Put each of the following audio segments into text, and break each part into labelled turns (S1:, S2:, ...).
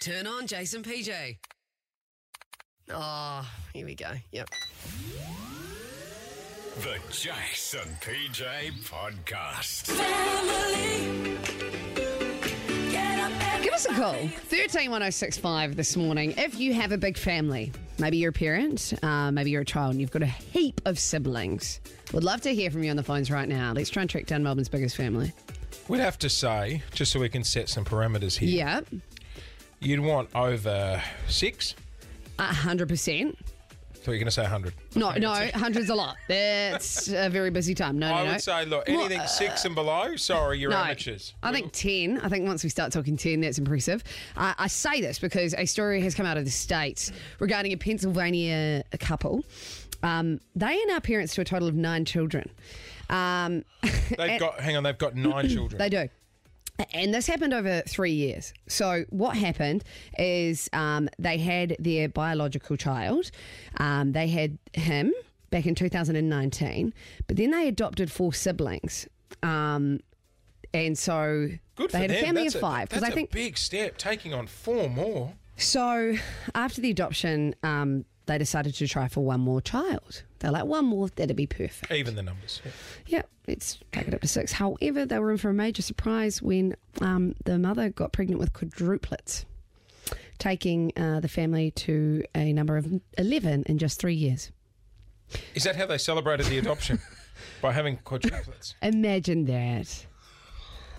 S1: Turn on Jason PJ. Oh, here we go. Yep.
S2: The Jason PJ Podcast.
S1: Give us a call. 131065 this morning. If you have a big family, maybe you're a parent, uh, maybe you're a child, and you've got a heap of siblings. Would love to hear from you on the phones right now. Let's try and track down Melbourne's biggest family.
S3: We'd have to say, just so we can set some parameters here,
S1: Yeah,
S3: you'd want over six.
S1: a 100%.
S3: So you're going to say 100.
S1: No, no, hundreds a lot. That's a very busy time. No, no,
S3: I
S1: no.
S3: would say, look,
S1: Well, uh,
S3: anything six and below, sorry, you're amateurs.
S1: I think 10. I think once we start talking 10, that's impressive. Uh, I say this because a story has come out of the States regarding a Pennsylvania couple. Um, they are now parents to a total of nine children. Um,
S3: They've got, hang on, they've got nine children.
S1: they do. And this happened over three years. So what happened is um, they had their biological child. Um, they had him back in 2019, but then they adopted four siblings. Um, and so
S3: Good
S1: they
S3: for
S1: had
S3: them.
S1: a family
S3: that's
S1: of five.
S3: That's
S1: I
S3: a
S1: think
S3: big step, taking on four more.
S1: so after the adoption, um, they decided to try for one more child. They're like, one more, that'd be perfect.
S3: Even the numbers. Yeah.
S1: Yeah, let's take it up to six. However, they were in for a major surprise when um, the mother got pregnant with quadruplets, taking uh, the family to a number of 11 in just three years.
S3: Is that how they celebrated the adoption? By having quadruplets.
S1: Imagine that.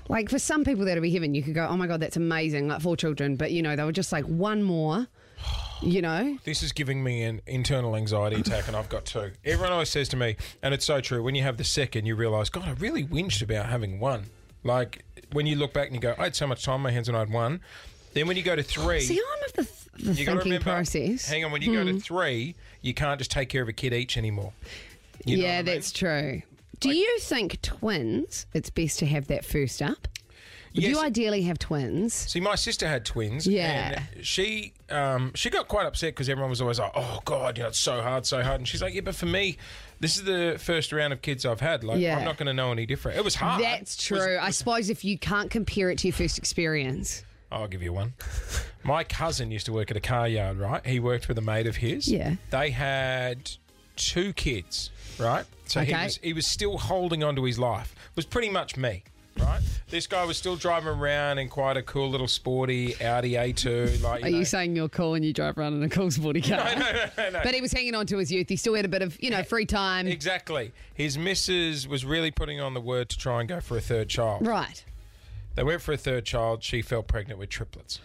S1: Like for some people, that'll be heaven. You could go, oh my God, that's amazing, like four children. But, you know, they were just like one more, you know.
S3: This is giving me an internal anxiety attack, and I've got two. Everyone always says to me, and it's so true, when you have the second, you realise, God, I really whinged about having one. Like, when you look back and you go, I had so much time on my hands when I had one. Then when you go to three,
S1: See, I'm of the, th- the
S3: you got to
S1: thinking
S3: remember,
S1: process. Hmm.
S3: hang on, when you go to three, you can't just take care of a kid each anymore. You know what
S1: yeah,
S3: I mean?
S1: that's true. Do you think twins, it's best to have that first up? Would you
S3: Yes.
S1: ideally have twins?
S3: See, my sister had twins.
S1: Yeah.
S3: And she um, she got quite upset because everyone was always like, "Oh God, you know, it's so hard, so hard." And she's like, "Yeah, but for me, this is the first round of kids I've had. Like,
S1: Yeah.
S3: I'm not going to know any different. It was hard.
S1: That's
S3: It
S1: true.
S3: Ah, was-
S1: I suppose if you can't compare it to your first experience.
S3: I'll give you one. My cousin used to work at a car yard, right? He worked with a mate of his.
S1: Yeah.
S3: They had two kids, right? So
S1: Okay.
S3: he was he was still holding on to his life. Was pretty much me, right? this guy was still driving around in quite a cool little sporty Audi A2. Like,
S1: Are
S3: know.
S1: you saying you're cool and you drive around in a cool sporty car?
S3: No, no, no, no.
S1: But he was hanging on to his youth. He still had a bit of, you know, free time.
S3: Exactly. His missus was really putting on the word to try and go for a third child.
S1: Right.
S3: They went for a third child. She fell pregnant with triplets.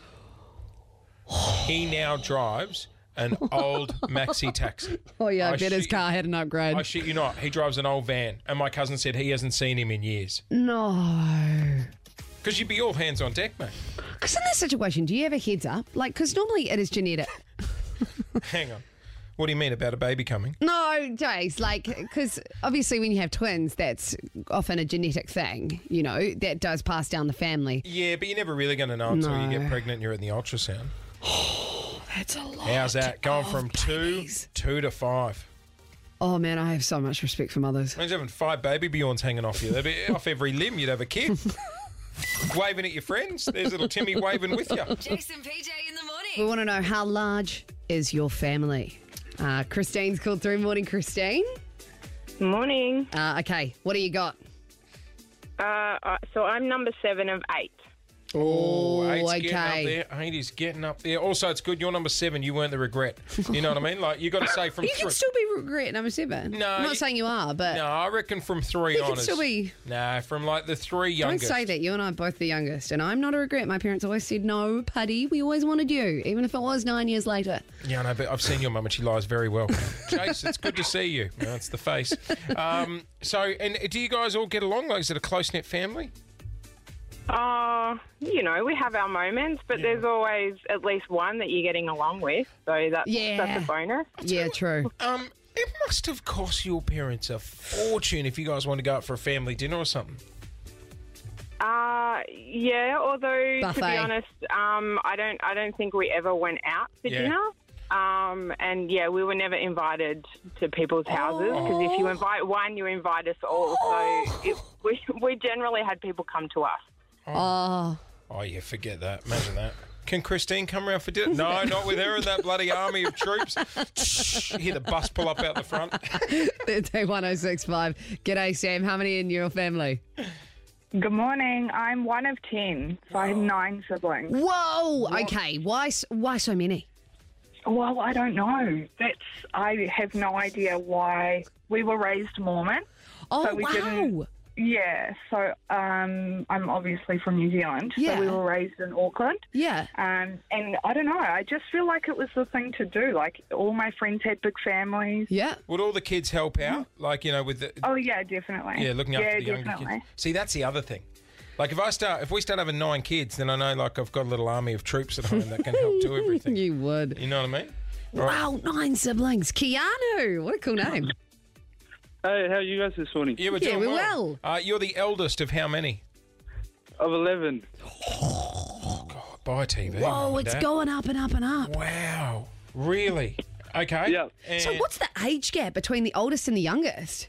S3: He now drives an old maxi taxi.
S1: Oh, yeah, I, bet
S3: shit
S1: his car had an upgrade.
S3: You, I shit you not. He drives an old van. And my cousin said he hasn't seen him in years.
S1: no.
S3: Because you'd be all hands on deck, mate.
S1: Because in this situation, do you have a heads up? Like, because normally it is genetic.
S3: Hang on. What do you mean about a baby coming?
S1: No, Jace, like, because obviously when you have twins, that's often a genetic thing, you know, that does pass down the family.
S3: Yeah, but you're never really going to know until you
S1: No.
S3: get pregnant and you're in the ultrasound.
S1: Oh, That's a lot. Oh,
S3: How's that? Going
S1: of
S3: from two,
S1: babies.
S3: two to five.
S1: Oh, man, I have so much respect for mothers.
S3: Imagine having five baby Bjorns hanging off you. They'd be off every limb. You'd have a kid. waving at your friends. There's little Timmy waving with you.
S4: Jason PJ in the
S1: We
S4: morning.
S1: want to know how large is your family? Uh, Christine's called through. Morning, Christine.
S5: Morning.
S1: Uh, okay, what do you got?
S5: Uh, uh, so I'm number seven of eight.
S3: Oh, eight's getting
S1: okay.
S3: up there. Eight is getting up there. Also, it's good you're number seven. You weren't the regret. You know what I mean? Like, you got to say from
S1: You
S3: three.
S1: can still be regret number seven.
S3: No,
S1: I'm not
S3: you-
S1: saying you are, but
S3: no, I reckon from three
S1: You
S3: on.
S1: can still
S3: is-
S1: be-
S3: Nah, from like the three
S1: don't
S3: youngest.
S1: say that. You and I are both the youngest, and I'm not a regret. My parents always said, no, Putty, we always wanted you, even if it was nine years later.
S3: Yeah, I know, but I've seen your mum and she lies very well. Chase, it's good to see you. No, it's the face. Um, so, and do you guys all get along? Like, is it a close knit family?
S5: Uh, you know, we have our moments, but there's always at least one that you're getting along with. So that's,
S1: Yeah.
S5: that's a bonus.
S1: Yeah, true.
S3: Um, it must have cost your parents a fortune if you guys want to go out for a family dinner or something.
S5: Uh, yeah, although to
S1: Buffet.
S5: be honest, um, I don't I don't think we ever went out for
S3: Yeah.
S5: dinner. Um, and yeah, we were never invited to people's houses because if you
S1: Oh.
S5: invite one, you invite us all. So it, we, we generally had people come to us.
S1: Oh,
S3: Oh yeah, forget that. Imagine that. Can Christine come around for dinner? No, not with her and that bloody army of troops. Shh, hear the bus pull up out the front.
S1: Day 1065. G'day, Sam. How many in your family?
S5: Good morning. I'm one of ten, so I have nine siblings.
S1: Whoa. Okay. Why, s- why so many?
S5: Well, I don't know. That's I have no idea why we were raised Mormon.
S1: Oh,
S5: we
S1: wow.
S5: didn't- Yeah, so um, I'm obviously from New Zealand.
S1: Yeah.
S5: So we were raised in Auckland.
S1: Yeah.
S5: Um, and I don't know. I just feel like it was the thing to do. Like all my friends had big families.
S1: Yeah.
S3: Would all the kids help out? Like, you know, with the.
S5: Oh yeah, definitely.
S3: Yeah, looking after
S5: yeah,
S3: the younger
S5: definitely.
S3: kids. See, that's the other thing. Like if I start, if we start having nine kids, then I know like I've got a little army of troops at home that can help do everything.
S1: You would.
S3: You know what I mean?
S1: Wow, nine siblings. Keanu. What a cool name.
S4: Hey, how are you guys this morning?
S3: Yeah, we're
S1: Yeah,
S3: doing
S1: we're
S3: well. Uh, you're the eldest of how many?
S4: Of 11.
S3: God, buy TV. Mum
S1: Whoa,
S3: and
S1: Oh, it's
S3: Dad.
S1: going up and up and up.
S3: Wow, really? Okay.
S4: Yeah.
S1: So,
S3: And-
S1: what's the age gap between the oldest and the youngest?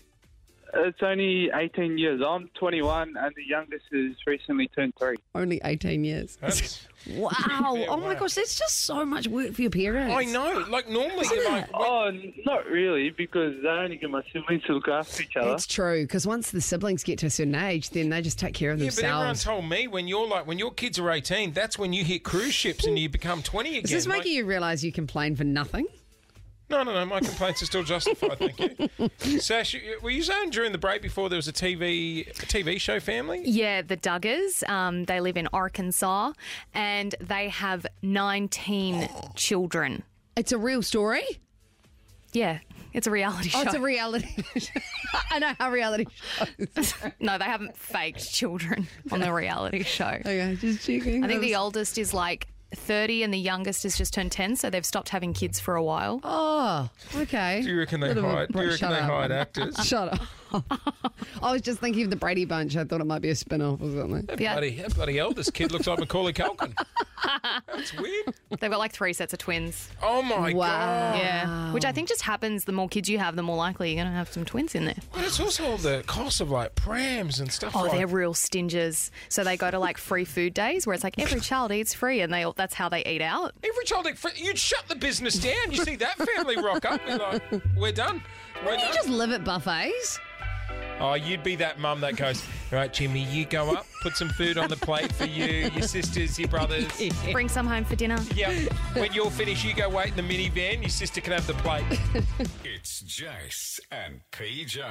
S4: It's only 18 years. I'm 21, and the youngest is recently turned three.
S1: Only 18 years.
S3: That's-
S1: Wow. oh my
S3: wow.
S1: gosh, that's just so much work for your parents.
S3: I know. Like normally,
S1: Isn't
S3: you're like,
S1: it?
S4: Oh, n- not really, because they only get my siblings to look after each other.
S1: It's true, because once the siblings get to a certain age, then they just take care of
S3: yeah, but everyone
S1: themselves.
S3: told me when you're like when your kids are 18, that's when you hit cruise ships and you become 20 again.
S1: Is this
S3: Like,
S1: making you realise you complain for nothing?
S3: No, no, no. My complaints are still justified. Thank you. Sash, you- were you saying during the break before there was a TV a TV show family?
S6: Yeah, the Duggars. Um, they live in Arkansas and they have 19 children.
S1: It's a real story.
S6: Yeah, it's a reality
S1: Oh,
S6: show.
S1: it's a reality. show. I know how reality. Shows.
S6: no, they haven't faked children on the reality show.
S1: okay, just checking.
S6: I think the
S3: Oh,
S1: old.
S6: oldest is like 30 and the youngest has just turned 10, so they've stopped having kids for a while.
S1: Oh, okay.
S3: Do you reckon they
S1: Bit of a
S3: hide? Do you
S1: bra-
S3: reckon
S1: shut
S3: they
S1: up.
S3: hide eh? actors?
S1: Shut up. I was just thinking of the Brady Bunch. I thought it might be a spin off or something.
S3: That
S6: Yeah.
S3: bloody, that bloody eldest kid looks like Macaulay Culkin. That's weird.
S6: They've got like three sets of twins.
S3: Oh my
S1: Wow.
S3: god!
S6: Yeah. Which I think just happens the more kids you have, the more likely you're going to have some twins in there.
S3: But it's also all the cost of like prams and stuff.
S6: Oh,
S3: like
S6: they're real stingers. So they go to like free food days where it's like every child eats free and they all, that's how they eat out.
S3: Every child, like, fr- you'd shut the business down. You see that family rock up, we're like, we're done. We're
S1: You
S3: done.
S1: just live at buffets.
S3: oh, you'd be that mum that goes, right, Jimmy, you go up, put some food on the plate for you, your sisters, your brothers.
S6: Bring some home for dinner.
S3: Yeah. When you're finished, you go wait in the minivan. Your sister can have the plate.
S2: It's Jace and PJ.